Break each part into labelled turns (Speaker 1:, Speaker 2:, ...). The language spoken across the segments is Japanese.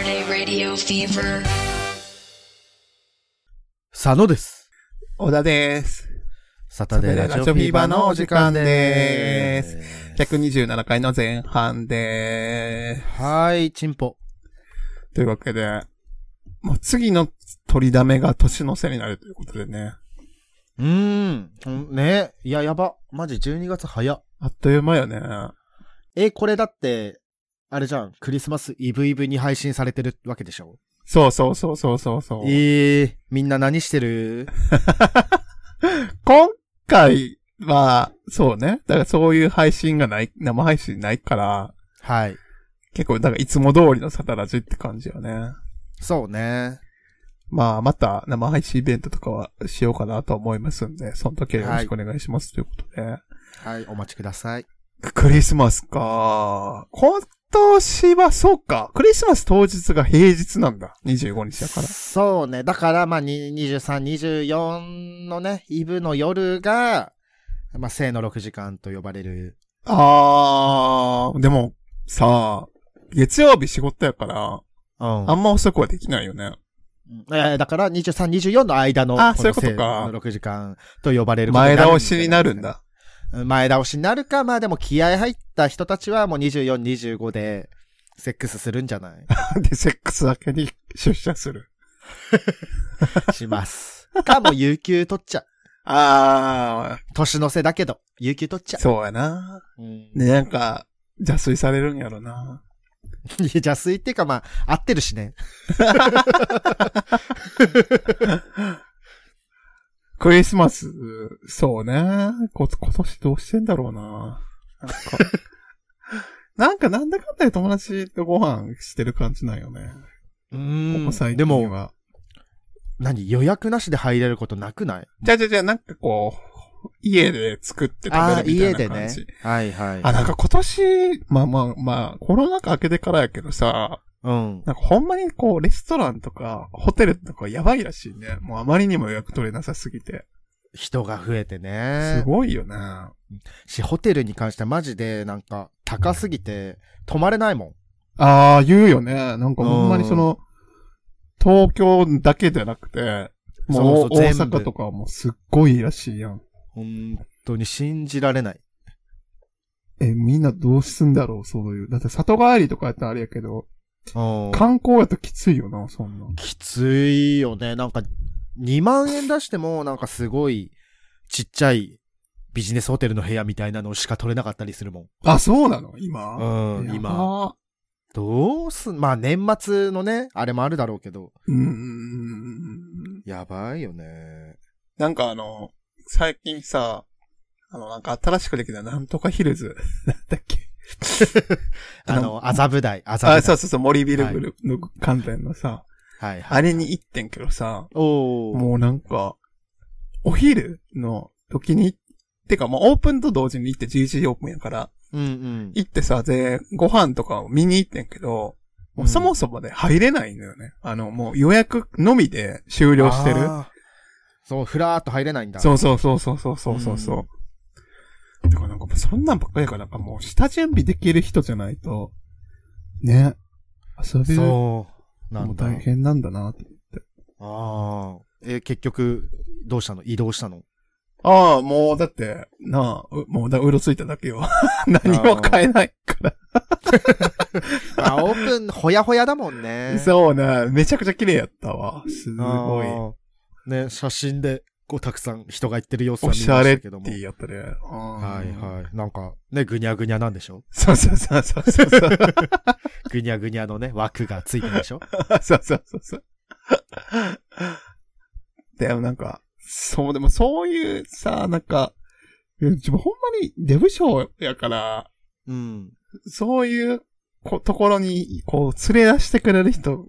Speaker 1: Radio Fever.
Speaker 2: 佐野です。
Speaker 3: 小田です。
Speaker 2: サ
Speaker 3: サ
Speaker 2: タデ
Speaker 3: ベ
Speaker 2: ー
Speaker 3: ラ
Speaker 2: ラ
Speaker 3: ジ
Speaker 2: ジ
Speaker 3: オ
Speaker 2: オ
Speaker 3: フ
Speaker 2: フ
Speaker 3: ィ
Speaker 2: ィ
Speaker 3: ー
Speaker 2: ー
Speaker 3: バー
Speaker 2: バー
Speaker 3: の
Speaker 2: の
Speaker 3: お
Speaker 2: お
Speaker 3: 時
Speaker 2: 時
Speaker 3: 間
Speaker 2: 間
Speaker 3: で
Speaker 2: ですす。。
Speaker 3: 127回の前半で
Speaker 2: はい、チンポ。
Speaker 3: す。というわけで、もう次の取りだめが年の瀬になるということでね。
Speaker 2: うーん。ほんねいや、やば。マジ12月早っ。
Speaker 3: あっという間よね。
Speaker 2: え、これだって、あれじゃん、クリスマスイブイブに配信されてるわけでしょ
Speaker 3: そうそうそうそうそうそう。
Speaker 2: えー、みんな何してる
Speaker 3: 今回は、そうね。だからそういう配信がない、生配信ないから、
Speaker 2: はい。
Speaker 3: 結構、だからいつも通りのサタラジって感じよね。
Speaker 2: そうね。
Speaker 3: まあ、また生配信イベントとかはしようかなと思いますんで、その時はよろしくお願いします、ということで。
Speaker 2: はい、お待ちください。
Speaker 3: クリスマスか。今年はそうか。クリスマス当日が平日なんだ。25日だから。
Speaker 2: そうね。だから、まあ、に23、24のね、イブの夜が、まあ、生の6時間と呼ばれる。
Speaker 3: あー、でも、さあ、月曜日仕事やから、
Speaker 2: うん
Speaker 3: あんま遅くはできないよね。
Speaker 2: えーだから、23、24の間の、
Speaker 3: あ
Speaker 2: こ
Speaker 3: そ
Speaker 2: の
Speaker 3: ういうことか
Speaker 2: 生の6時間と呼ばれること
Speaker 3: 前
Speaker 2: になる
Speaker 3: 倒しになるん。だ。
Speaker 2: 前倒しになるか、まあでも気合入った人たちはもう24、25で、セックスするんじゃない
Speaker 3: で、セックスだけに出社する。
Speaker 2: します。か、もう有給取っちゃう。
Speaker 3: あ
Speaker 2: 年の瀬だけど、有給取っち
Speaker 3: ー、
Speaker 2: ゃ
Speaker 3: そうやな。
Speaker 2: う。うん、
Speaker 3: ね、なんか、邪推されるんやろな。
Speaker 2: いや邪推っていうか、まあ、合ってるしね。
Speaker 3: クリスマス、そうね。こ、今年どうしてんだろうな。なんか、 なんかなんだかんだで友達とご飯してる感じなんよね。
Speaker 2: う
Speaker 3: ここ最
Speaker 2: ん。で
Speaker 3: 近
Speaker 2: も、
Speaker 3: は。
Speaker 2: 何予約なしで入れることなくない
Speaker 3: じゃあじゃあじゃあなんかこう、家で作って
Speaker 2: ああ
Speaker 3: 食
Speaker 2: ー、
Speaker 3: べるみ
Speaker 2: 家
Speaker 3: たい
Speaker 2: で
Speaker 3: な感
Speaker 2: ね
Speaker 3: じ。あ,、。
Speaker 2: はいはい。
Speaker 3: なんか今年、まあまあまあ、コロナ禍明けてからやけどさ、
Speaker 2: うん。
Speaker 3: なんかほんまにこう、レストランとか、ホテルとかやばいらしいね。もうあまりにも予約取れなさすぎて。
Speaker 2: 人が増えてね。
Speaker 3: すごいよね。
Speaker 2: し、ホテルに関してはマジで、なんか、高すぎて、泊まれないもん。
Speaker 3: ああ、言うよね。なんかほんまにその、東京だけじゃなくて、もう
Speaker 2: そうそう
Speaker 3: 大
Speaker 2: 全部
Speaker 3: 阪とかはもうすっごいらしいやん。
Speaker 2: 本当に信じられない。
Speaker 3: え、みんなどうすんだろう、そういう。だって里帰りとかやったらあれやけど、
Speaker 2: うん
Speaker 3: 観光やときついよな、そんなん。
Speaker 2: きついよね。なんか、2万円出しても、なんかすごい、ちっちゃい、ビジネスホテルの部屋みたいなのしか取れなかったりするもん。
Speaker 3: あ、そうなの今。
Speaker 2: うん、今。
Speaker 3: 今。
Speaker 2: どうすん、まあ年末のね、あれもあるだろうけど、
Speaker 3: うんうんうんうん。
Speaker 2: やばいよね。
Speaker 3: なんかあの、最近さ、あの、なんか新しくできたなんとかヒルズ、 なんだっけ。
Speaker 2: あの、麻布台、麻
Speaker 3: あ、
Speaker 2: 布
Speaker 3: そ
Speaker 2: 台。
Speaker 3: うそうそう、森ビルグルの観点のさ、
Speaker 2: はいはい。
Speaker 3: あれに行ってんけどさ、
Speaker 2: おー。
Speaker 3: もうなんか、お昼の時に、てかまあオープンと同時に行って11時オープンやから、
Speaker 2: うんうん。
Speaker 3: 行ってさ、で、ご飯とかを見に行ってんけど、もうそもそもね、入れないのよね。あの、もう予約のみで終了してる。
Speaker 2: あーそう、ふらーっと入れないんだ。
Speaker 3: そうそうそうそうそうそうそうそう。だからなんかもうそんなんばっかりやから、なんかもう下準備できる人じゃないと、ね、遊びも
Speaker 2: そう。なん
Speaker 3: う
Speaker 2: だ。
Speaker 3: 大変なんだなって。
Speaker 2: ああ。えー、結局、どうしたの移動したの
Speaker 3: ああ、もうだって、なあ、うもうだ、うろついただけよ。 何も買えないか
Speaker 2: あ、オープン、ほやほやだもんね
Speaker 3: ら。。そうね、めちゃくちゃ綺麗やったわ。す
Speaker 2: あ
Speaker 3: ごい。
Speaker 2: ー。ね、写真で、こう、たくさん人が行ってる様子は
Speaker 3: お
Speaker 2: 見まし
Speaker 3: しゃ
Speaker 2: た
Speaker 3: れっ
Speaker 2: け
Speaker 3: て
Speaker 2: ども。
Speaker 3: 言いやったね。は
Speaker 2: はい
Speaker 3: い。
Speaker 2: はい。なんか、ね、ぐにゃぐにゃなんでしょ
Speaker 3: そうそうそうそうそう。
Speaker 2: ぐにゃぐにゃのね、枠がついてるでしょ
Speaker 3: そうそうそうそう。でもなんか、そう、でもそういうさ、なんか、いや自分ほんまにデブ症やから、
Speaker 2: うん。
Speaker 3: そういうこところに、こう、連れ出してくれる人、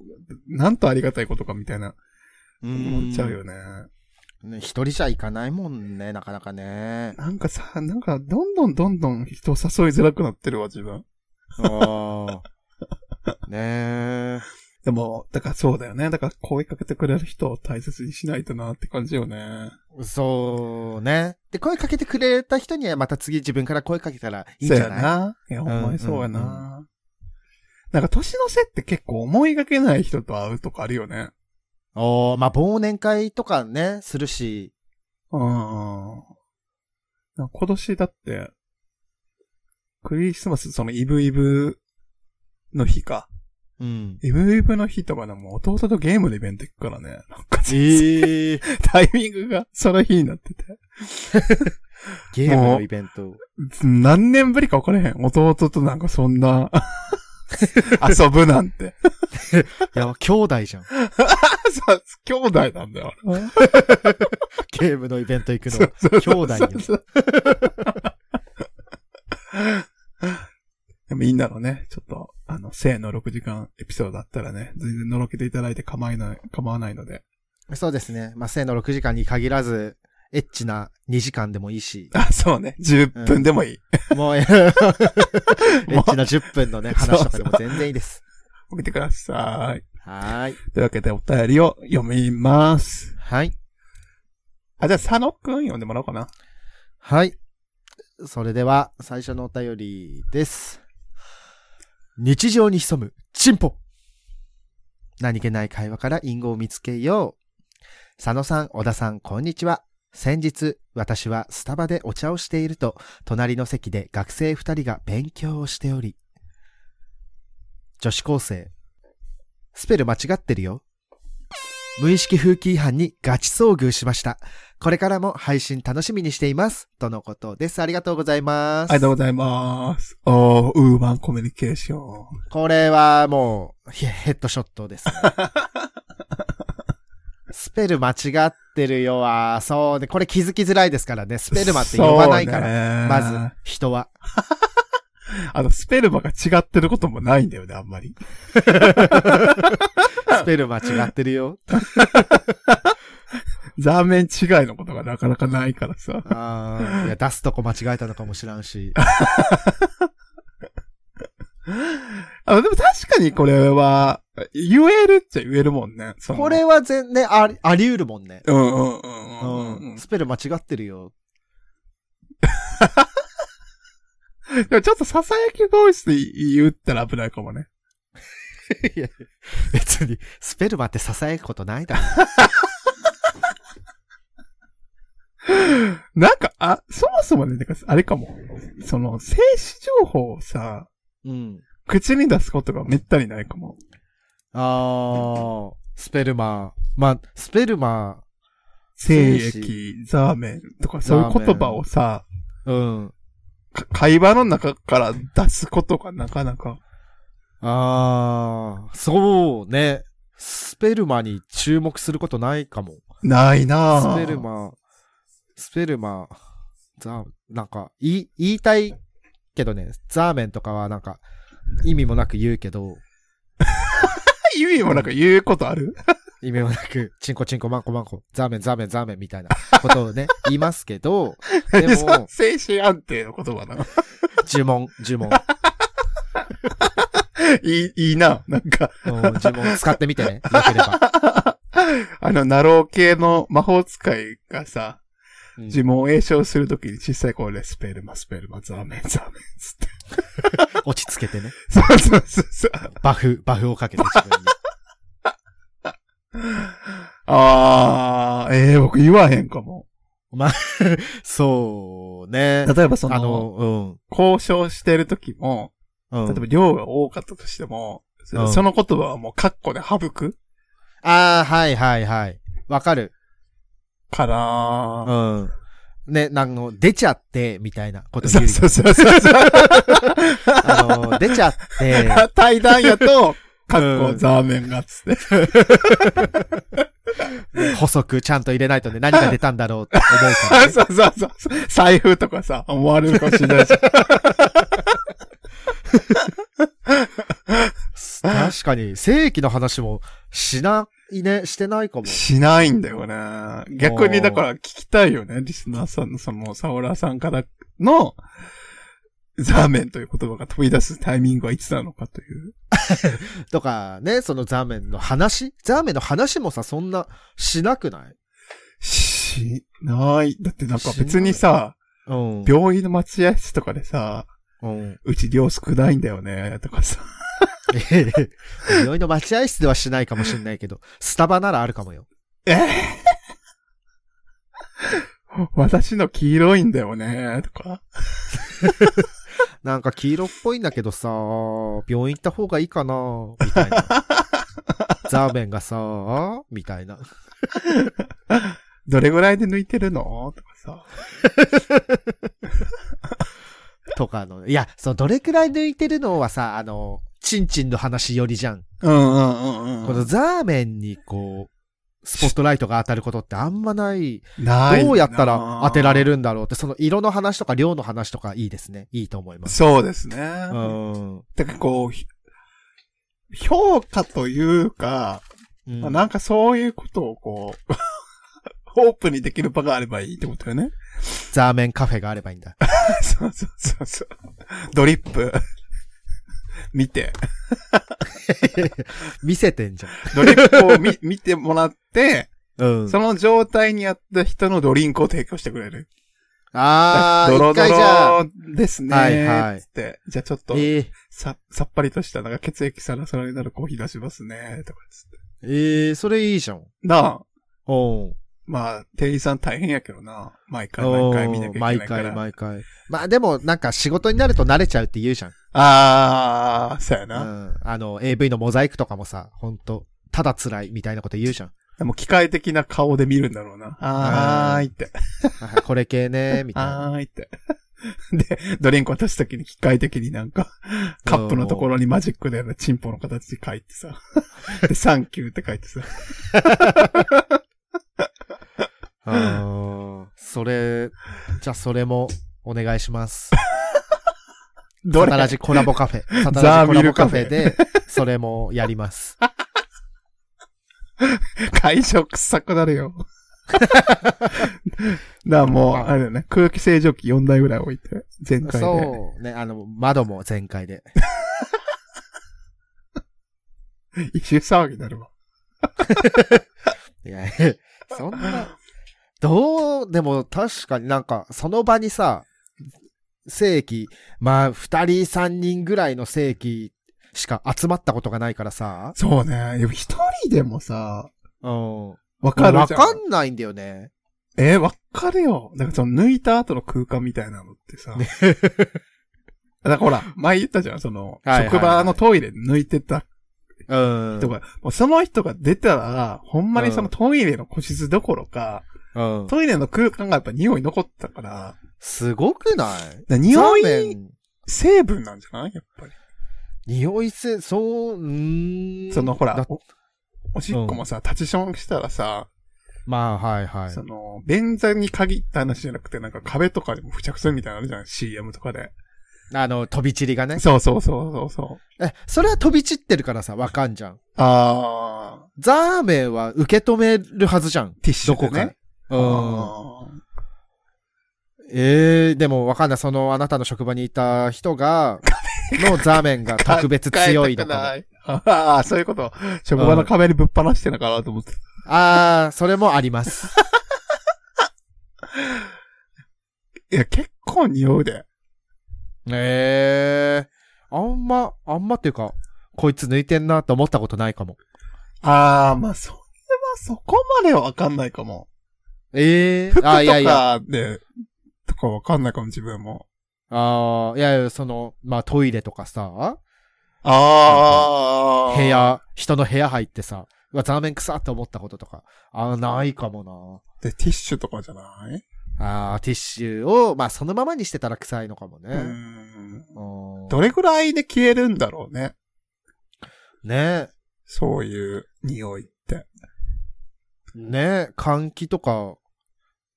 Speaker 3: なんとありがたいことかみたいな、
Speaker 2: う
Speaker 3: 思っちゃうよ
Speaker 2: ね。
Speaker 3: ね。
Speaker 2: 一人じゃ行かないもんね、なかなかね。
Speaker 3: なんかさ、なんか、どんどんどんどん人を誘いづらくなってるわ、自分。
Speaker 2: ああ。ねえ。
Speaker 3: でも、だからそうだよね。だから声かけてくれる人を大切にしないとなって感じよね。
Speaker 2: そうね。で、声かけてくれた人にはまた次自分から声かけたらいいん
Speaker 3: そう
Speaker 2: じ
Speaker 3: や
Speaker 2: ゃない
Speaker 3: な。いや、ほんまにそうやな。
Speaker 2: うんうん
Speaker 3: なんか年の瀬って結構思いがけない人と会うとかあるよね。
Speaker 2: おーまあ、忘年会とかね、するし、
Speaker 3: うん。なんか今年だって、クリスマス、そのイブイブの日か。
Speaker 2: うん。
Speaker 3: イブイブの日とかでも弟とゲームのイベント行くからね。なんか
Speaker 2: ええー、
Speaker 3: タイミングがその日になってて。
Speaker 2: ゲームのイベント。
Speaker 3: 何年ぶりか分からへん。弟となんかそん な、遊ぶなんて。
Speaker 2: いや、兄弟 じゃん。
Speaker 3: そう兄弟なんだよ。
Speaker 2: ゲームのイベント行く
Speaker 3: そ
Speaker 2: の
Speaker 3: う。そうそう
Speaker 2: 兄弟よ
Speaker 3: そうでもいいんだろうね。ちょっと、あの、生の6時間エピソードだったらね、全然のろけていただいて構いない、構わないので。
Speaker 2: そうですね。まあ、生の6時間に限らず、エッチな2時間でもいいし、
Speaker 3: あ、そうね。10分でもいい。
Speaker 2: も う、エッ
Speaker 3: もう
Speaker 2: チな10分のね、話とかでも全然いいです。
Speaker 3: 送ってください。
Speaker 2: はーい。
Speaker 3: というわけでお便りを読みます。
Speaker 2: はい。
Speaker 3: あ、じゃあ佐野くん読んでもらおうかな。
Speaker 2: はい。それでは、最初のお便りです。日常に潜む、チンポ何気ない会話から隠語を見つけよう。佐野さん、小田さん、こんにちは。先日、私はスタバでお茶をしていると、隣の席で学生二人が勉強をしており、女子高生、スペル間違ってるよ。無意識風紀違反にガチ遭遇しました。これからも配信楽しみにしています。とのことです。ありがとうございます。
Speaker 3: ありがとうございます。おー、ウーマンコミュニケーション。
Speaker 2: これはもう、ヘヘッドショット ですね、スペル間違ってるよは、そうね。これ気づきづらいですからね。スペルマって呼ばないから。
Speaker 3: ら
Speaker 2: まず、人は。
Speaker 3: あの、スペルマが違ってることもないんだよね、あんまり。
Speaker 2: スペル間違ってるよ。
Speaker 3: 座面違いのことがなかなかないからさ。
Speaker 2: あーいや、出すとこ間違えたのかもしらんし。
Speaker 3: あでも確かにこれは、言えるっちゃ言えるもんね。その
Speaker 2: これは全然、ね、あり、あり得るもんね。
Speaker 3: うんうんうんうんうん
Speaker 2: うん。スペル間違ってるよ。
Speaker 3: でもちょっとささやきボイスで言ったら危ないかもね。
Speaker 2: いや、別に、スペルマって囁くことないだろ。
Speaker 3: なんか、あ、そもそもね、てかあれかも。その、静止情報をさ、
Speaker 2: うん。
Speaker 3: 口に出すことがめったにないかも。
Speaker 2: あー、スペルマ。まあ、スペルマ、
Speaker 3: 精
Speaker 2: 精
Speaker 3: 液、ザーメンとかそういう言葉をさ、
Speaker 2: うん。
Speaker 3: か会話の中から出すことがなかなか。
Speaker 2: あー、そうね。スペルマに注目することないかも。
Speaker 3: ないなぁ。
Speaker 2: スペルマ、スペルマ、ザなんか、言い、言いたいけどね、ザーメンとかはなんか、意味もなく言うけど、
Speaker 3: 意味もなんか言うことある
Speaker 2: 意味もなく、チンコチンコマンコマンコ、ザーメンザーメンザーメンみたいなことを ね、言いますけど、で
Speaker 3: その
Speaker 2: も、
Speaker 3: 精神安定の言葉なの。
Speaker 2: 呪文、呪文、
Speaker 3: いい、いいな。なんか、
Speaker 2: うん呪文使ってみてね、なければ。
Speaker 3: あの、ナロー系の魔法使いがさ、
Speaker 2: うん
Speaker 3: 呪文を栄唱するときに小さい声で、スペルマ、スペルマ、ザーメン、ザーメン、つって。
Speaker 2: 落ち着けてね、
Speaker 3: そうそうそうそう。
Speaker 2: バフ、バフをかけて自分に。
Speaker 3: あー、ええー、僕言わへんかも。
Speaker 2: そうね。
Speaker 3: 例えばその、
Speaker 2: あの、
Speaker 3: 交渉してるときも、
Speaker 2: うん。う
Speaker 3: 例えば
Speaker 2: ん、
Speaker 3: 量が多かったとしても、
Speaker 2: うん
Speaker 3: その言葉はもうカッコで省く
Speaker 2: ああ、はいはいはい。わかる。
Speaker 3: か
Speaker 2: う
Speaker 3: ら、
Speaker 2: ん。ね、あの、出ちゃって、みたいなこと言よ
Speaker 3: そうう
Speaker 2: り
Speaker 3: そうそうそうそう。
Speaker 2: あ の、出ちゃって、
Speaker 3: 対談やと、かっこザーメンがっつって。
Speaker 2: 補足ちゃんと入れないとね、何が出たんだろうって思うから、 ね。
Speaker 3: そうそうそう。財布とかさ、思われるかもしれないし。
Speaker 2: 確かに、正規の話もしないね、してないかも。
Speaker 3: しないんだよね。逆にだから聞きたいよね。リスナーさんのその、サオラーさんからの、ザーメンという言葉が飛び出すタイミングはいつなのかという。
Speaker 2: とかね、そのザーメンの話ザーメンの話もさ、そんなしなくない
Speaker 3: しない。だってなんか別にさ、
Speaker 2: うん。
Speaker 3: 病院の待合室とかでさ、
Speaker 2: うん。
Speaker 3: うち量少ないんだよね、とかさ。
Speaker 2: ええ病院の待合室ではしないかもしれないけど、スタバならあるかもよ。
Speaker 3: え ー私の黄色いんだよね、とか。
Speaker 2: なんか黄色っぽいんだけどさ、病院行った方がいいかな、みたい な。ザーメンがさ、みたいな。
Speaker 3: どれぐらいで抜いてるのとかさ。
Speaker 2: とかの。いや、そのどれくらい抜いてるのはさ、あの、チンチンの話よりじゃん。
Speaker 3: うんうんうん
Speaker 2: このザーメンにこう、スポットライトが当たることってあんまない。
Speaker 3: ない
Speaker 2: どうやったら当てられ
Speaker 3: る
Speaker 2: るんだろうって、その色の話とか量の話とかいいですね。いいと思います。
Speaker 3: そうですね。
Speaker 2: うん。
Speaker 3: てかこう、ひ評価というか、
Speaker 2: うん
Speaker 3: まあなんかそういうことをこう、 オープンにできる場があればいいってことよね。
Speaker 2: ザーメンカフェがあればいいんだ。
Speaker 3: そうそうそうそう。ドリップ。見て。
Speaker 2: 見せてんじゃん。
Speaker 3: ドリップを 見見てもらって、
Speaker 2: うん。
Speaker 3: その状態にあった人のドリンクを提供してくれる。
Speaker 2: あー、
Speaker 3: ドロ
Speaker 2: 一
Speaker 3: ド
Speaker 2: 回じゃあ。
Speaker 3: ロですね。
Speaker 2: はいはい
Speaker 3: つって。じゃあちょっと、
Speaker 2: えー、
Speaker 3: さ、さっぱりとした、なんか血液サラサラになるコーヒー出しますね。とかつって。
Speaker 2: えー、それいいじゃん。
Speaker 3: なあ。
Speaker 2: おう
Speaker 3: まあ、店員さん大変やけどな。毎回
Speaker 2: お
Speaker 3: 毎
Speaker 2: う
Speaker 3: 回見なきゃいけないから。
Speaker 2: 毎回毎回。まあでも、なんか仕事になると慣れちゃうって言うじゃん。
Speaker 3: あー、そうや
Speaker 2: う
Speaker 3: な。
Speaker 2: ん。あの、AV のモザイクとかもさ、ほんと、ただ辛いみたいなこと言うじゃん。
Speaker 3: でも機械的な顔で見るんだろうな。あー、はーいって。
Speaker 2: はいこれ系ね、みたいな。
Speaker 3: はーいって。 で、ドリンク渡すときに機械的になんか、カップのところにマジックでチンポの形で書いてさ。 で、サンキューって書いてさ。
Speaker 2: あーそれ、じゃあそれもお願いし ます。
Speaker 3: ど
Speaker 2: サ
Speaker 3: れ
Speaker 2: タラジコラボカフェ。サタ
Speaker 3: ザ
Speaker 2: ラ
Speaker 3: ー
Speaker 2: ジコ
Speaker 3: ミ
Speaker 2: ラ
Speaker 3: ル
Speaker 2: ボ
Speaker 3: カ
Speaker 2: カ
Speaker 3: フ
Speaker 2: フ
Speaker 3: ェ
Speaker 2: ェで、 それもやります。
Speaker 3: 会場臭くなるよ。だからもう、あれだよね。空気清浄機4台ぐらい置いて、全開で。
Speaker 2: そうね、あの、窓も全開で。
Speaker 3: 異臭騒ぎに なるわ。
Speaker 2: いや、 そんな、どう、でも確かになんか、その場にさ、正規、まあ、二人三人ぐらいの正規しか集まったことがないからさ、
Speaker 3: そうね。でも一人でもさ、
Speaker 2: うん。
Speaker 3: わかる
Speaker 2: わ
Speaker 3: じゃん。
Speaker 2: かんないんだよね。
Speaker 3: えー、わかるよ。だからその抜いた後の空間みたいなのってさ。だからほら、前言ったじゃん、そ
Speaker 2: はい
Speaker 3: の、
Speaker 2: はいはい
Speaker 3: 職場のトイレ抜いてた
Speaker 2: うん。
Speaker 3: 人が、もうその人が出たら、ほんまにそのトイレの個室どころか、
Speaker 2: うん。
Speaker 3: トイレの空間がやっぱ匂い残ってたから、だか
Speaker 2: すごくない
Speaker 3: ら匂
Speaker 2: ザーメ
Speaker 3: い
Speaker 2: ン
Speaker 3: 成分なんじゃないやっぱり。
Speaker 2: 匂いせ、そう、うーん。
Speaker 3: そのほら
Speaker 2: だ、
Speaker 3: おおしっこもさ、立ちションしたらさ、
Speaker 2: まあ、はいはい。
Speaker 3: その、便座に限った話じゃなくて、なんか壁とかにも付着するみたいなのあるじゃん、CM とかで。
Speaker 2: あの、飛び散りがね。
Speaker 3: そうそうそうそうそう。
Speaker 2: え、それは飛び散ってるからさ、わかんじゃん。
Speaker 3: あー。
Speaker 2: ザーメンは受け止めるはずじゃん。
Speaker 3: ティッシ
Speaker 2: ど
Speaker 3: ュ
Speaker 2: こ
Speaker 3: で
Speaker 2: か。
Speaker 3: ね。
Speaker 2: うん。ええでもわかんない。その、あなたの職場にいた人が、のザーメンが特別強 いのかも。
Speaker 3: ああー、そういうこと。職場の壁にぶっ放してるのかなと思って。
Speaker 2: あー、それもあります。
Speaker 3: いや、結構匂うで。
Speaker 2: ええあんま、あんまっていうか、こいつ抜いてんなと思ったことないかも。
Speaker 3: ああ、まあ、それはそこまではわかんないかも。
Speaker 2: ええ
Speaker 3: 服と
Speaker 2: あー、いやいや。
Speaker 3: かで、とかわかんないかも、自分も。
Speaker 2: あーいやいや、その、まあ、トイレとかさ、
Speaker 3: ああ。
Speaker 2: 部。屋、人の部屋入ってさ、うわ、ザーメン臭って思ったこととか、あーないかもな。
Speaker 3: で、ティッシュとかじゃない
Speaker 2: あーティッシュを、まあ、そのままにしてたら臭いのかも
Speaker 3: う
Speaker 2: ね。
Speaker 3: ん。
Speaker 2: うん
Speaker 3: どれぐらいで消えるんだろうね。
Speaker 2: ね
Speaker 3: そういう匂いって。
Speaker 2: ね換気とか、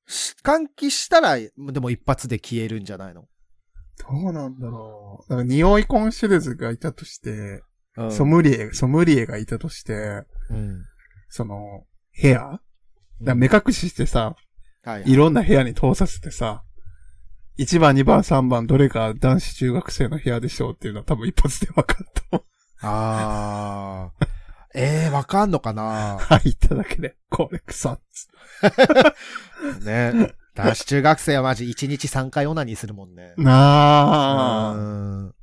Speaker 2: し換気したら、でも一発で消えるんじゃないの、
Speaker 3: どうなんだろう。だから匂いコンシェルズがいたとして、
Speaker 2: うん、
Speaker 3: ソムリエ、ソムリエがいたとして、
Speaker 2: うん。
Speaker 3: その、部屋だから目隠ししてさ、
Speaker 2: はいはい
Speaker 3: いろんな部屋に通させてさ、1番、2番、3番、どれか男子中学生の部屋でしょうっていうのは多分一発で分かると思
Speaker 2: あー。 ええー、わかんのかな
Speaker 3: う。入っただけで、これ草っつ。
Speaker 2: ね男子中学生はマジ1日3回オナニーするもんね。
Speaker 3: なあ。
Speaker 2: うん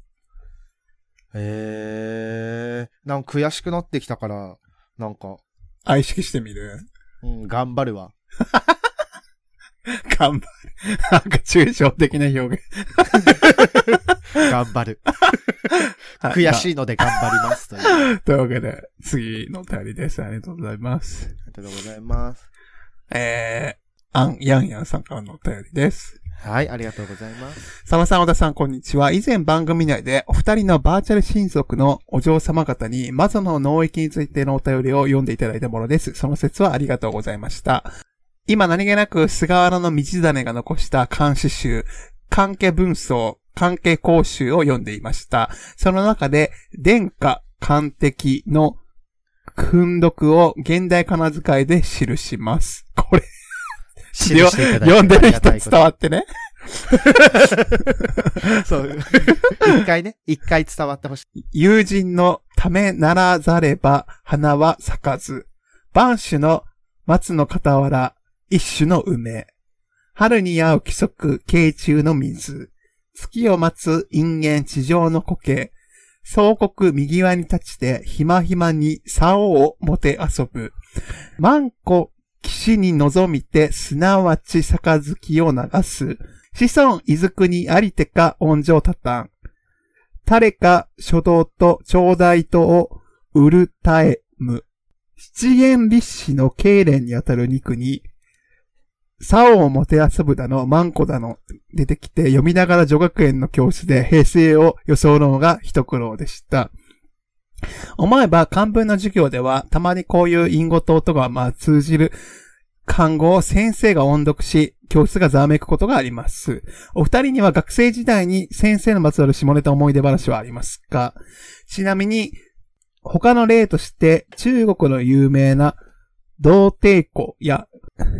Speaker 2: ええなんか悔しくなってきたから、なんか、
Speaker 3: あ、意識してみる
Speaker 2: うん、頑張るわ。
Speaker 3: 頑張る。なんか抽象的な表現。
Speaker 2: 頑張る。悔
Speaker 3: い。
Speaker 2: しいので頑張ります。という。あ
Speaker 3: まあというわけで、次のお便りです。ありがとうございます。
Speaker 2: りがとうございます。
Speaker 3: えー、アン・ヤンヤンさんからのお便りです。
Speaker 2: はい、ありがとうございます。
Speaker 3: サマさん、小田さん、こんにちは。以前番組内で、お二人のバーチャル親族のお嬢様方に、魔女の脳域についてのお便りを読んでいただいたものです。その説はありがとうございました。今何気なく菅原の道種が残した監視集、関係文章、関係講習を読んでいました。その中で、殿下、官敵の訓読を現代仮名遣いで記します。これ
Speaker 2: 記していただいて
Speaker 3: 読ん でる人
Speaker 2: ありがたいこと
Speaker 3: 伝わってね。
Speaker 2: そう。一回ね、一回伝わってほしい。
Speaker 3: 友人のためならざれば花は咲かず。万種の松の傍ら、一種の梅。春に合う規則、慶中の水。月を待つ人間地上の苔。総国右輪に立ちて、ひまひまに竿をもて遊ぶ。万古岸に望みて、すなわち杯を流す。子孫伊豆国ありてか恩情たたん。誰か書道と頂戴とをうるたえむ。七元立志の経連にあたる二句に、竿をもてあそぶだの、万古だの、出てきて読みながら女学園の教室で平成を装うのが一苦労でした。思えば漢文の授業では、たまにこういう隠語と音がまあ通じる漢語を先生が音読し、教室がざわめくことがあります。お二人には学生時代に先生のまつわる下ネタ思い出話はありますかちなみに、他の例として、中国の有名な、童貞湖や、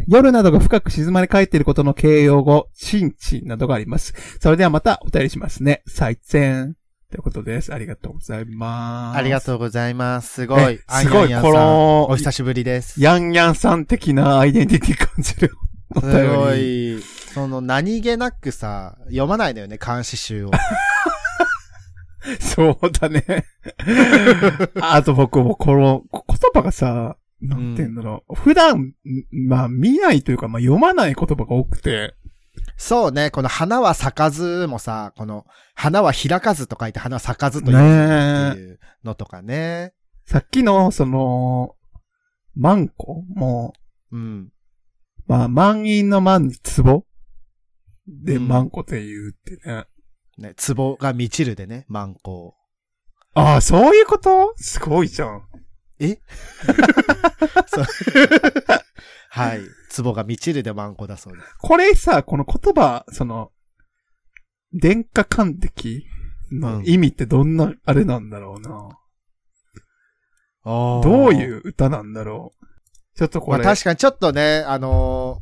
Speaker 3: 夜などが深く静まり返っていることの形容語、チンチンなどがあります。それではまたお便りしますね。再戦。ということです。ありがとうございます。
Speaker 2: ありが
Speaker 3: う。
Speaker 2: とうございます。すごい。
Speaker 3: すごい、
Speaker 2: あんやんやんさ
Speaker 3: こ
Speaker 2: ん
Speaker 3: の、
Speaker 2: お久しぶりです。
Speaker 3: ヤンヤンさん的なアイデンティティ感じる。お便 り
Speaker 2: すごい、その何気なくさ、読まないのよね、監視 集を。
Speaker 3: そうだね。 あと僕もこのこ言葉がさ、なんて言うんだろう。普段、んまあ見ないというか、まあ読まない言葉が多くて、
Speaker 2: そうね、この花は咲かずもさ、この花は開かずと書いて花は咲かずというって
Speaker 3: ねえ。
Speaker 2: いうのとかね。
Speaker 3: さっきの、その、万古も
Speaker 2: うん。
Speaker 3: う、まあ満員の万に壺で
Speaker 2: うん
Speaker 3: 万古って言うってね。
Speaker 2: ね、壺が満ちるでね、万光。
Speaker 3: ああ、そういうことすごいじゃん。
Speaker 2: そう はい。壺が満ちるで万光だそうです。
Speaker 3: これさ、この言葉、その、電化感的の意味ってどんな、あれなんだろうな。どういうう歌なんだろう。ちょっとこ
Speaker 2: まあ
Speaker 3: れ。
Speaker 2: 確かにちょっとね、あの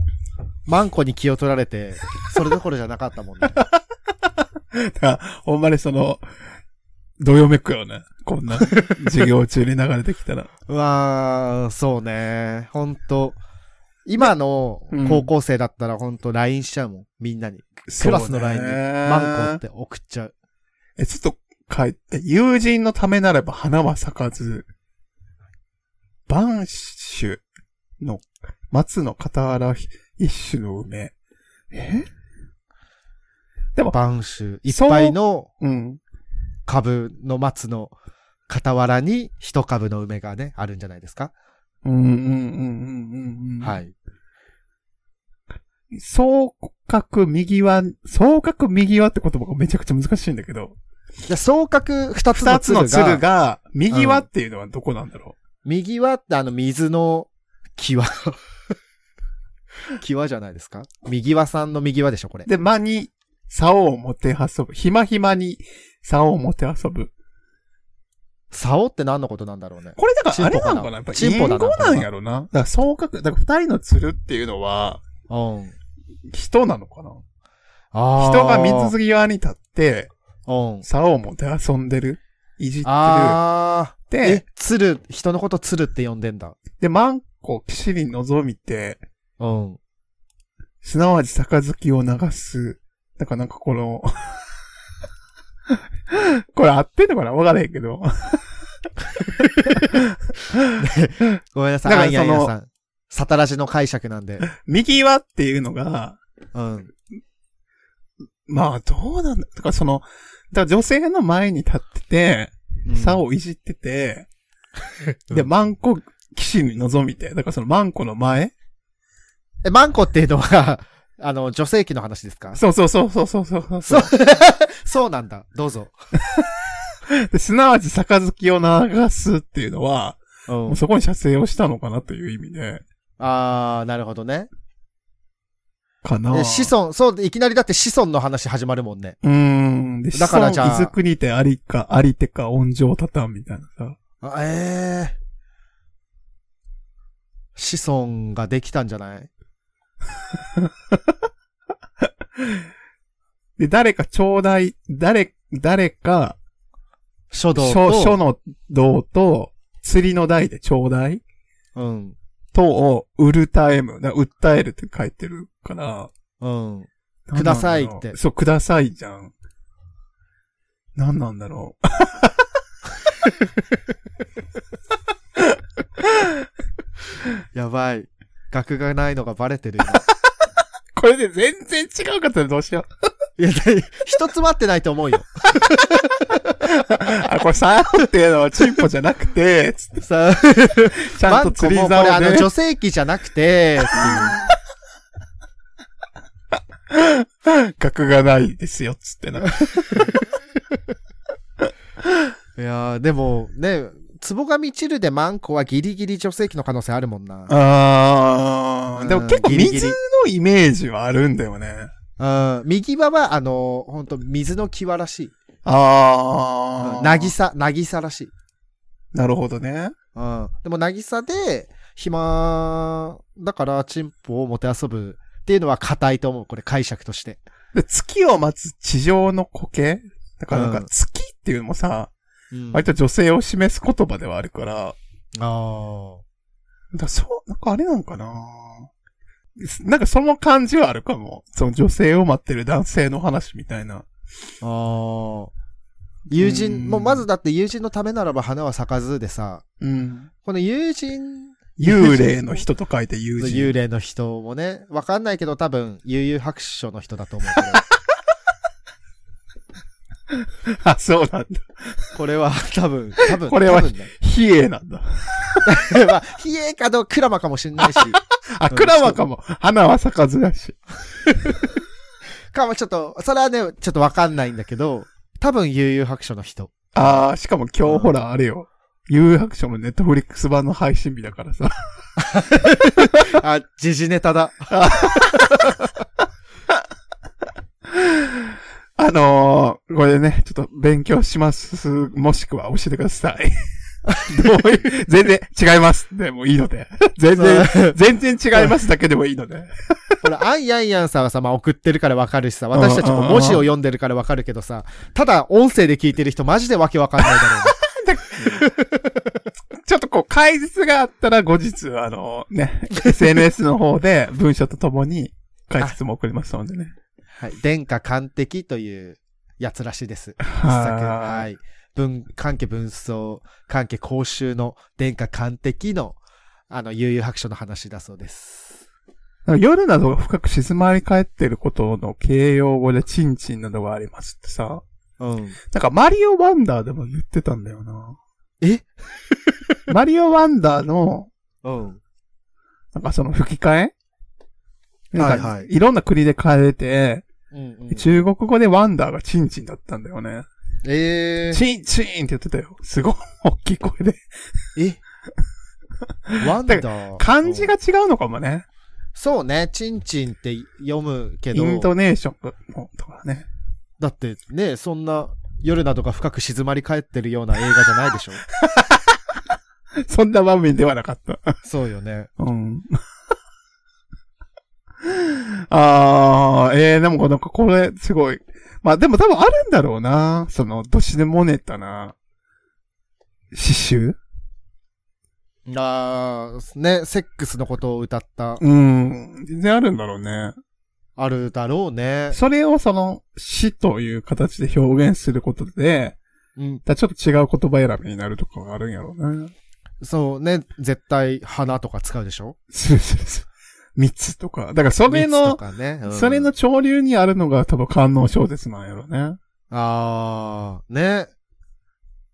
Speaker 2: ー、万光に気を取られて、それどころじゃなかったもんね。
Speaker 3: だからほんまにその、どよめくよね。こんな、授業中に流れてきたら。
Speaker 2: うわー、そうね。ほんと。今の
Speaker 3: うん
Speaker 2: 高校生だったらほんと LINE しちゃうもん。みんなに。 クラスのラインにマンコっ
Speaker 3: ンコ
Speaker 2: て送っちゃう。
Speaker 3: え、ちょっと書いて、友人のためならば花は咲かず、万種の松の傍ら一種の梅。え
Speaker 2: 晩秋。いっ
Speaker 3: そう
Speaker 2: ぱいの
Speaker 3: うん。
Speaker 2: 株の松の傍らに一株の梅がね、あるんじゃないですか。
Speaker 3: うんうんうんうんうんうん。
Speaker 2: は。い。
Speaker 3: 双角右は、双角右はって言葉がめちゃくちゃ難しいんだけど。
Speaker 2: じゃあ、双角二つ
Speaker 3: 二
Speaker 2: の
Speaker 3: つの
Speaker 2: 鶴
Speaker 3: 鶴
Speaker 2: が、
Speaker 3: が、右輪っていうのはどこなんだろ
Speaker 2: 右はってあの水の際。際じゃないですか右輪さんの右輪でしょ、これ
Speaker 3: う。。で、間に、竿を持て遊ぶ。ひまひまに、竿を持て遊ぶ。
Speaker 2: 竿って何のことなんだろうね。
Speaker 3: これだから、あれなの
Speaker 2: チンポかな
Speaker 3: かなやっぱり、
Speaker 2: チンポだな
Speaker 3: 隠語なんやろな。だから、双角、だから二人の鶴っていうのは、
Speaker 2: うん。
Speaker 3: 人なのかな
Speaker 2: あー
Speaker 3: 人が水際に立って、
Speaker 2: うん。
Speaker 3: 竿を持て遊んでる。いじってる。
Speaker 2: あー。え
Speaker 3: で、、
Speaker 2: 鶴、人のこと鶴って呼んでんだ。
Speaker 3: で、マンコ、岸に望みて、
Speaker 2: うん。
Speaker 3: すなわち杯を流す。だからなんかこの、 これ合ってんのかなわからへんけど。
Speaker 2: ごめんなさい。
Speaker 3: だ
Speaker 2: あ
Speaker 3: から
Speaker 2: んやん
Speaker 3: その
Speaker 2: やさん。サタラジの解釈なんで。
Speaker 3: 右はっていうのが、
Speaker 2: うん。
Speaker 3: まあどうなんだ、とかその、だから女性の前に立って
Speaker 2: う
Speaker 3: て、
Speaker 2: ん
Speaker 3: 差、をいじっ てて、で、マンコ騎士に臨みて、だからそのマンコの前
Speaker 2: え、マンコっていうのは、 あの、女性器の話ですか
Speaker 3: そうそうそうそうそうそう
Speaker 2: そ。
Speaker 3: そう
Speaker 2: そうなんだ。どうぞ。
Speaker 3: う。ですなわち杯を流すっていうのは、
Speaker 2: う
Speaker 3: もう。そこに射精をしたのかなという意味で、
Speaker 2: あー、なるほどね。
Speaker 3: かな
Speaker 2: で子孫、そう、いきなりだって子孫の話始まるもんね。
Speaker 3: うーん。で、だ
Speaker 2: だ
Speaker 3: か
Speaker 2: からら
Speaker 3: じ
Speaker 2: じ
Speaker 3: ゃ
Speaker 2: ゃ
Speaker 3: あ。
Speaker 2: あ
Speaker 3: いずくにてありか、ありてか、恩情たたんみたいなさ。
Speaker 2: あええ子孫ができたんじゃない
Speaker 3: で、誰かちょうだい、誰、誰か、
Speaker 2: 書道
Speaker 3: 書、書
Speaker 2: と、
Speaker 3: の道と、釣りの台でちょうだい
Speaker 2: うん、
Speaker 3: とを、うるたえむ。な訴えるって書いてるから。
Speaker 2: うん。
Speaker 3: なんなんろう
Speaker 2: くださいって
Speaker 3: そう、くださいじゃん。なんなんだろう。
Speaker 2: やばい。額がないのがバレてる今
Speaker 3: これで全然違うかったらどうしよ う。
Speaker 2: いや、だい一つ待ってないと思うよ。
Speaker 3: あ、これ、さよっていうのはチンポじゃなくて、つって
Speaker 2: さあ、
Speaker 3: ちゃんと釣り
Speaker 2: マンコもこれ
Speaker 3: 竿
Speaker 2: あの
Speaker 3: で。
Speaker 2: 女性器じゃなくて、
Speaker 3: 格がないですよ、つって な。
Speaker 2: いやー、でも、ね、つぼが満ちるでマンコはギリギリ女性器の可能性あるもんな。
Speaker 3: あ
Speaker 2: う
Speaker 3: ー、
Speaker 2: ん
Speaker 3: でも結構
Speaker 2: ギリギリ
Speaker 3: 水のイメージはあるんだよね。
Speaker 2: うん、右側は、あのー、ほんと、水の際らしい。
Speaker 3: あー。
Speaker 2: なぎさ、なぎさらしい。
Speaker 3: なるほどね。
Speaker 2: うん。でも、なぎさで、暇だから、チンポをもてあそぶっていうのは硬いと思う。これ、解釈として。
Speaker 3: で、月を待つ地上の苔だからなん
Speaker 2: う
Speaker 3: か
Speaker 2: ん
Speaker 3: 月っていうのもさ、
Speaker 2: うん、
Speaker 3: 割と女性を示す言葉ではあるから、だか
Speaker 2: あ
Speaker 3: らそう、なんかあれなんかななんかその感じはあるかも。その女性を待ってる男性の話みたいな。
Speaker 2: あ。ああ。友
Speaker 3: うん
Speaker 2: 人、もうまずだって友人のためならば花は咲かずでさ、
Speaker 3: うん。
Speaker 2: この友人
Speaker 3: 幽霊の人と書いて友
Speaker 2: の
Speaker 3: 人。
Speaker 2: 幽霊の人もね、わかんないけど多分、悠々白書の人だと思うけど。
Speaker 3: あ、そうなんだ。
Speaker 2: これは多分、多分、
Speaker 3: これは
Speaker 2: 多分ね。
Speaker 3: 比叡なんだ。
Speaker 2: まあ、冷えかどうかクラマかもしんないし、
Speaker 3: あ、クラマかも。花は咲かずだし。
Speaker 2: かもちょっと、それはね、ちょっとわかんないんだけど、多分悠々白書の人。
Speaker 3: あー、しかも今日ほらあれよ。有白書のネットフリックス版の配信日だからさ。
Speaker 2: あ、時事ネタだ。
Speaker 3: あのー、これね、ちょっと勉強します。もしくは教えてくださ い。どういう、全然違います。でもいいので。全 然、
Speaker 2: そう
Speaker 3: 全然違いますだけでもいいので。
Speaker 2: ほら、アンヤンヤンさんはさ、まあ、送ってるからわかるしさ、私たちも文字を読んでるからわかるけどさ、ただ音声で聞いてる人マジでわけわかんないだ ろうね。
Speaker 3: ちょっとこう、解説があったら後日、あのー、 ね、SNS の方で文章とともに解説も送りますのでね。
Speaker 2: はい。殿下官敵というやつらしいです。一作。
Speaker 3: は。
Speaker 2: はいい。文、関係文装、関係公衆の殿下官敵の、あの、悠々白書の話だそうです。
Speaker 3: なんか夜などが深く静まり返っていることの形容語でチンチンなどがありますってさ。
Speaker 2: うん。
Speaker 3: なんかマリオワンダーでも言ってたんだよな。
Speaker 2: え
Speaker 3: マリオワンダーの、
Speaker 2: うん。
Speaker 3: なんかその吹き替えなんか、
Speaker 2: はいいはい
Speaker 3: ろんな国で変えて、
Speaker 2: うんうん、
Speaker 3: 中国語でワンダーがチンチンだったんだよね。
Speaker 2: えー、
Speaker 3: チンチンって言ってたよ。すごい大きい声で。
Speaker 2: えワンダー。
Speaker 3: 漢字が違うのかもね。
Speaker 2: そうね、チンチンって読むけ
Speaker 3: イント
Speaker 2: ど、
Speaker 3: ネーションのとかね。
Speaker 2: だってね、そんな夜などが深く静まり返ってるような映画じゃないでしょ
Speaker 3: そんな場面ではなかった。
Speaker 2: そうよね。
Speaker 3: うん。 あー、えー、でもなんかこれ、すごい。まあでも多分あるんだろうな。その、どしでもねたな。刺繍
Speaker 2: あー、ね、セックスのことを歌った。
Speaker 3: うん。全然あるんだろうね。
Speaker 2: あるだろうね。
Speaker 3: それをその死という形で表現することで、
Speaker 2: うん。
Speaker 3: だちょっと違う言葉選びになるとかがあるんやろ うね。
Speaker 2: そうね。絶対、花とか使うでしょ
Speaker 3: すすす。蜜とか。だからそれ
Speaker 2: 蜜と
Speaker 3: の、
Speaker 2: かね。うん
Speaker 3: それの潮流にあるのが多分観音小説なんやろね。
Speaker 2: あー、ね。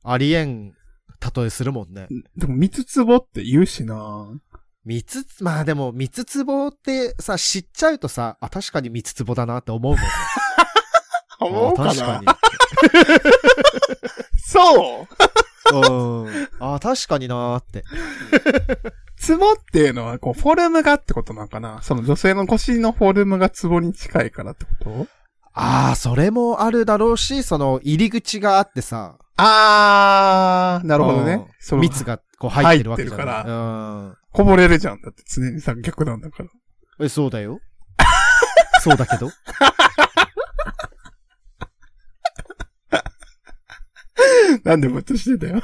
Speaker 2: ありえん、例えするもんね。
Speaker 3: でも蜜壺って言うしな
Speaker 2: 三つ、まあでも、三つつぼってさ、知っちゃうとさ、あ、確かに三つつぼだなって思うもんね。
Speaker 3: 思うか
Speaker 2: あ
Speaker 3: な
Speaker 2: 確かに。
Speaker 3: そう
Speaker 2: うん。あ、確かになーって。
Speaker 3: 壺っていうのは、こう、フォルムがってことなのかなその女性の腰のフォルムが壺に近いからってこと
Speaker 2: ああ、それもあるだろうし、その、入り口があってさ、
Speaker 3: あー、なるほど
Speaker 2: う
Speaker 3: ね
Speaker 2: ん。
Speaker 3: その
Speaker 2: 蜜がこう入ってるわけじゃない。
Speaker 3: 入ってる
Speaker 2: うん。
Speaker 3: こぼれるじゃん。だって常にさ、逆なんだから。
Speaker 2: え、そうだよ。 そうだけど。
Speaker 3: なんでぼっとしてたよ。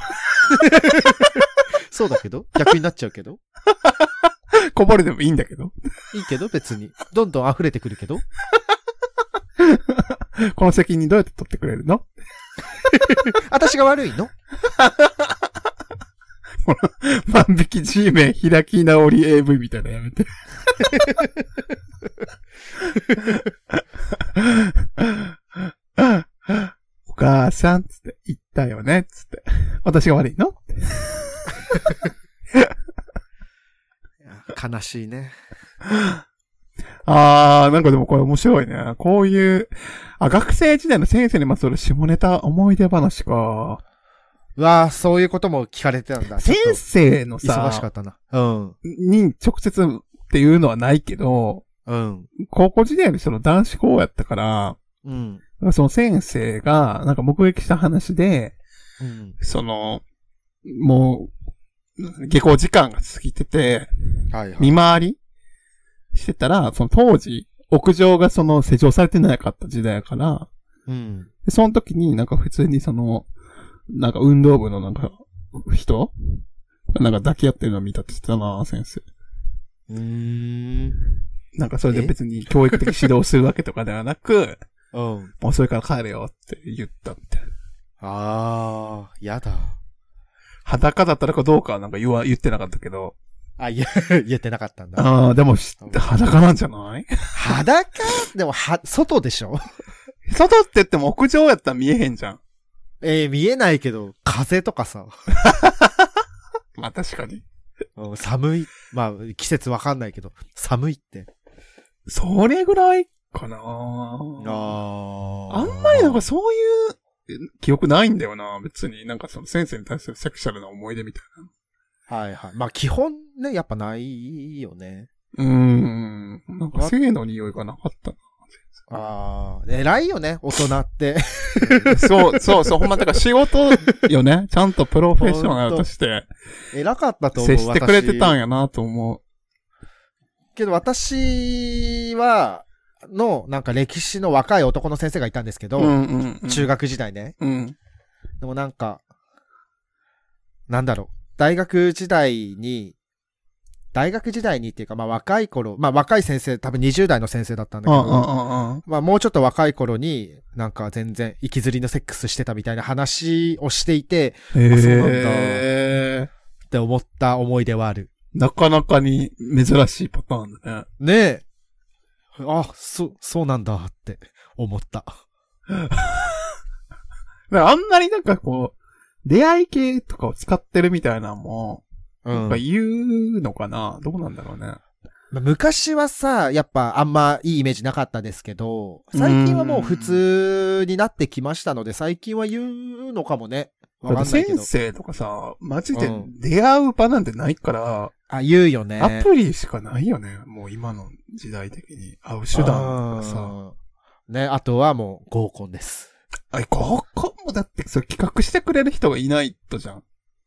Speaker 2: そうだけど。逆になっちゃうけど。
Speaker 3: こぼれてもいいんだけど。
Speaker 2: いいけど、別に。どんどん溢れてくるけど。
Speaker 3: この責任どうやって取ってくれるの
Speaker 2: 私が悪いの
Speaker 3: 万引き G 名開き直り AV みたいなのやめて。お母さん、つって、言ったよね、つって。私が悪いの
Speaker 2: 悲しいね。
Speaker 3: あー、なんかでもこれ面白いね。こういう、あ、学生時代の先生にまつわる下ネタ思い出話か。
Speaker 2: うわあ、そういうことも聞かれてたんだ。ちょ
Speaker 3: 先
Speaker 2: っ
Speaker 3: 生の
Speaker 2: と忙しか
Speaker 3: さ、
Speaker 2: ったな。うん。
Speaker 3: に直接っていうのはないけど、
Speaker 2: うん。
Speaker 3: 高校時代のその男子校やったから、
Speaker 2: うん。
Speaker 3: その先生が、なんか目撃した話で、
Speaker 2: うん。
Speaker 3: その、もう、下校時間が過ぎてて、
Speaker 2: はいはい。
Speaker 3: 見回りしてたら、その当時、屋上がその施錠されてなかった時代やから、
Speaker 2: うん。
Speaker 3: でその時になんか普通にその、なんか運動部のなんか、人なんか抱き合ってるの見たって言ってたな、先生。
Speaker 2: うーん。
Speaker 3: なんかそれで別に教育的指導するわけとかではなく、
Speaker 2: うん。
Speaker 3: もうそれから帰れよって言ったみたいな。
Speaker 2: ああ、やだ。
Speaker 3: 裸だったらかどうかはなんか言わ、言ってなかったけど。
Speaker 2: あ、いや、 言えてなかったんだ。
Speaker 3: ああ、でもし、裸なんじゃない
Speaker 2: 裸でも、は、外でしょ
Speaker 3: 外って言っても屋上やったら見えへんじゃん。
Speaker 2: えー見えないけど、風とかさ、
Speaker 3: まあ確かに。
Speaker 2: うん寒い。まあ、季節わかんないけど、寒いって。
Speaker 3: それぐらいかな
Speaker 2: あ
Speaker 3: あんまりなんかそういう記憶ないんだよな、別に。なんかその先生に対するセクシャルな思い出みたい
Speaker 2: はいはい。まあ、基本ね、やっぱないよね。
Speaker 3: な。うーん。なんか性の匂いがなかった。
Speaker 2: ああ、偉いよね、大人って。
Speaker 3: そう、そう、そう、ほんま、だから仕事よ ね。ちゃんとプロフェッショナルとして
Speaker 2: 偉かったと思う。
Speaker 3: 接してくれてたん
Speaker 2: や。
Speaker 3: やなと思
Speaker 2: けど私は、の、なんか歴史の若い男の先生がいたんですけ
Speaker 3: う。
Speaker 2: ど、
Speaker 3: うんうんうん。
Speaker 2: 中学時代ね。
Speaker 3: うん。
Speaker 2: でもなんか、なんだろう。大学時代に、大学時代にっていうか、まあ若い頃、まあ若い先生、多分20代の先生だったんだ
Speaker 3: う
Speaker 2: け
Speaker 3: んう
Speaker 2: ど、
Speaker 3: んうんうん。
Speaker 2: まあもうちょっと若い頃に、なんか全然、息ずりのセックスしてたみたいな話をしていて、
Speaker 3: へ
Speaker 2: そうなんだ
Speaker 3: え。
Speaker 2: って思った思い出はある。
Speaker 3: なかなかに珍しいパターンだね。
Speaker 2: ねえ。あ、そ、そうなんだって思った。
Speaker 3: だからあんまりなんかこう、出会い系とかを使ってるみたいなのも、
Speaker 2: う
Speaker 3: やっ
Speaker 2: ん
Speaker 3: ぱ。言うのかな、どうなんだろうね。
Speaker 2: まあ昔はさ、やっぱあんまいいイメージなかったですけど、最近はもう普通になってきましたので、最近は言うのかもね。わかんないけ
Speaker 3: 先
Speaker 2: ど。
Speaker 3: 生とかさ、マジで
Speaker 2: うん
Speaker 3: 出会う場なんてないから、
Speaker 2: あ、言うよね。
Speaker 3: アプリしかないよね。もう今の時代的に会う手段がさ。
Speaker 2: うんね、あとはもう合コンです。
Speaker 3: あ、ここもだって、それ企画してくれる人がいないとじゃん。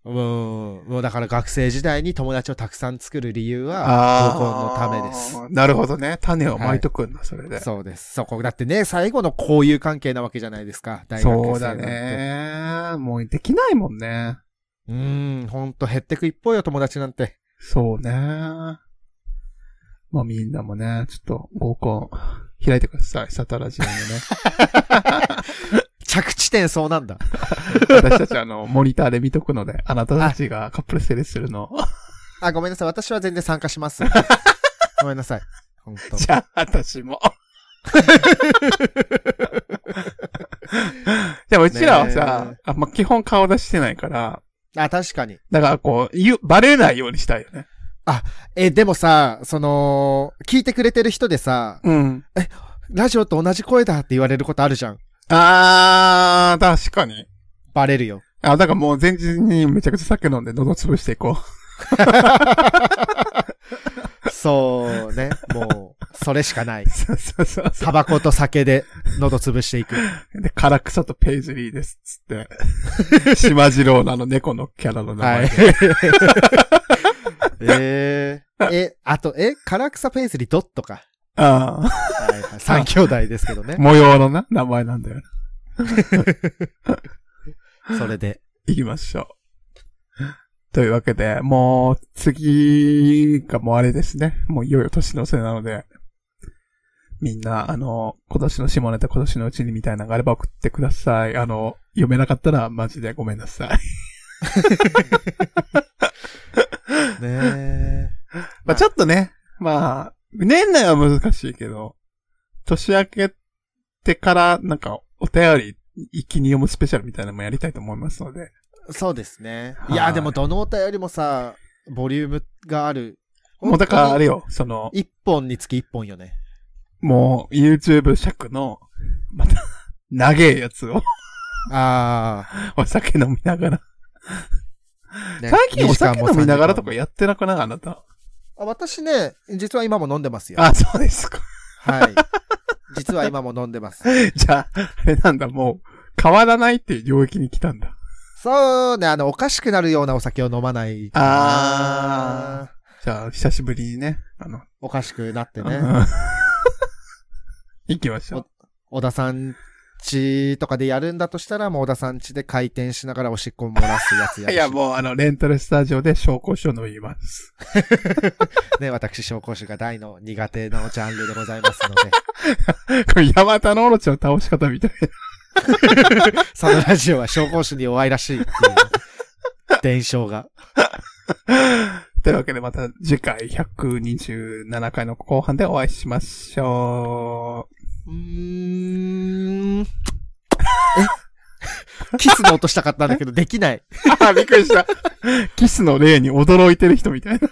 Speaker 2: うん。もうだから学生時代に友達をたくさん作る理由は、合コンの
Speaker 3: あ
Speaker 2: ためです。。
Speaker 3: なるほどね。種をまいとくんだ、それで。
Speaker 2: そうです。そこ。だってね、最後の交友関係なわけじゃないですか。大学生なんて
Speaker 3: そうだ。ね。もうできないもんね。
Speaker 2: うん、ほんと減ってく一方よ、友達なんて。
Speaker 3: そうね。まあみんなもね、ちょっと合コン、開いてください。サタラジオのね。
Speaker 2: 着地点そうなんだ。
Speaker 3: 私たちあの、モニターで見とくので、あなたたちがカップルセレするのを。
Speaker 2: あ、ごめんなさい。私は全然参加します。ごめんなさい。本当
Speaker 3: じゃあ、私も。 でもうちらはさ
Speaker 2: ね、
Speaker 3: あんま基本顔出してないから、
Speaker 2: あ、確かに。
Speaker 3: だからこう、言うバレないようにしたいよね。
Speaker 2: え、でもさ、その、聞いてくれてる人でさ、
Speaker 3: うん。
Speaker 2: ラジオと同じ声だって言われることあるじゃん。
Speaker 3: あー、確かに。
Speaker 2: バレるよ。
Speaker 3: あ、だからもう前日にめちゃくちゃ酒飲んで喉潰していこ。。
Speaker 2: そうね。もう、それしかないう
Speaker 3: そうそうそうそ
Speaker 2: タバコと酒で喉潰していく。
Speaker 3: う。で、唐草とペイズリーです、つって。 島次郎のあの猫のキャラの名
Speaker 2: は
Speaker 3: 前。
Speaker 2: い。えー、え、あと、え、唐草ペイスリードットか。
Speaker 3: あー
Speaker 2: はいはい、三兄弟ですけど ね。
Speaker 3: 模様のな、名前なんだよね。
Speaker 2: それで。
Speaker 3: 行きましょう。というわけで、もう、次がもうあれですね。もういよいよ年の瀬なので、みんな、あの、今年の下ネタ今年のうちにみたいなのがあれば送ってください。あの、読めなかったらマジでごめんなさい。
Speaker 2: ね
Speaker 3: まあちょっとね、まあ、年内は難しいけど、年明けてからなんかお便り一気に読むスペシャルみたいなのもやりたいと思いますので、
Speaker 2: そうですね。
Speaker 3: はい
Speaker 2: いや、でもどのお便りもさ、ボリュームがある。
Speaker 3: もうだからあれ
Speaker 2: よ。
Speaker 3: よ、その、
Speaker 2: 一本につき一本よね。
Speaker 3: もう YouTube 尺の、また、長えやつを
Speaker 2: あ
Speaker 3: お酒飲みながら。
Speaker 2: あ、ね
Speaker 3: 最近お酒飲みながらと
Speaker 2: 二時間も三時間
Speaker 3: か
Speaker 2: も
Speaker 3: やってなくないあなた。
Speaker 2: あ私ね、実は今も飲んでますよ。
Speaker 3: あ、そうですか。
Speaker 2: はい。実は今も飲んでます。
Speaker 3: じゃあ、あれなんだ、もう、変わらないっていう領域に来たんだ。
Speaker 2: そうね、あの、おかしくなるようなお酒を飲まないかな
Speaker 3: あじゃあ、久しぶりにね、あの、
Speaker 2: おかしくなって
Speaker 3: う
Speaker 2: ね。
Speaker 3: ん 行きましょう。
Speaker 2: 小田さんちとかでやるんだとしたら、もう小田さんちで回転しながらおしっこ漏らすやつやる
Speaker 3: い
Speaker 2: し。
Speaker 3: や、もう、あの、レンタルスタジオで紹興酒を飲みます。
Speaker 2: ね、私、紹興酒が大の苦手のジャンルでございますので、
Speaker 3: これ、ヤマタノオロチの倒し方みたい
Speaker 2: そのラジオは紹興酒に弱いらしいっていう伝承が。
Speaker 3: というわけでまた次回127回の後半でお会いしまし ょ
Speaker 2: うーん。 えキスの音したかったんだけど、できない。
Speaker 3: う。あ、びっくりした。キスの例に驚いてる人みたいな。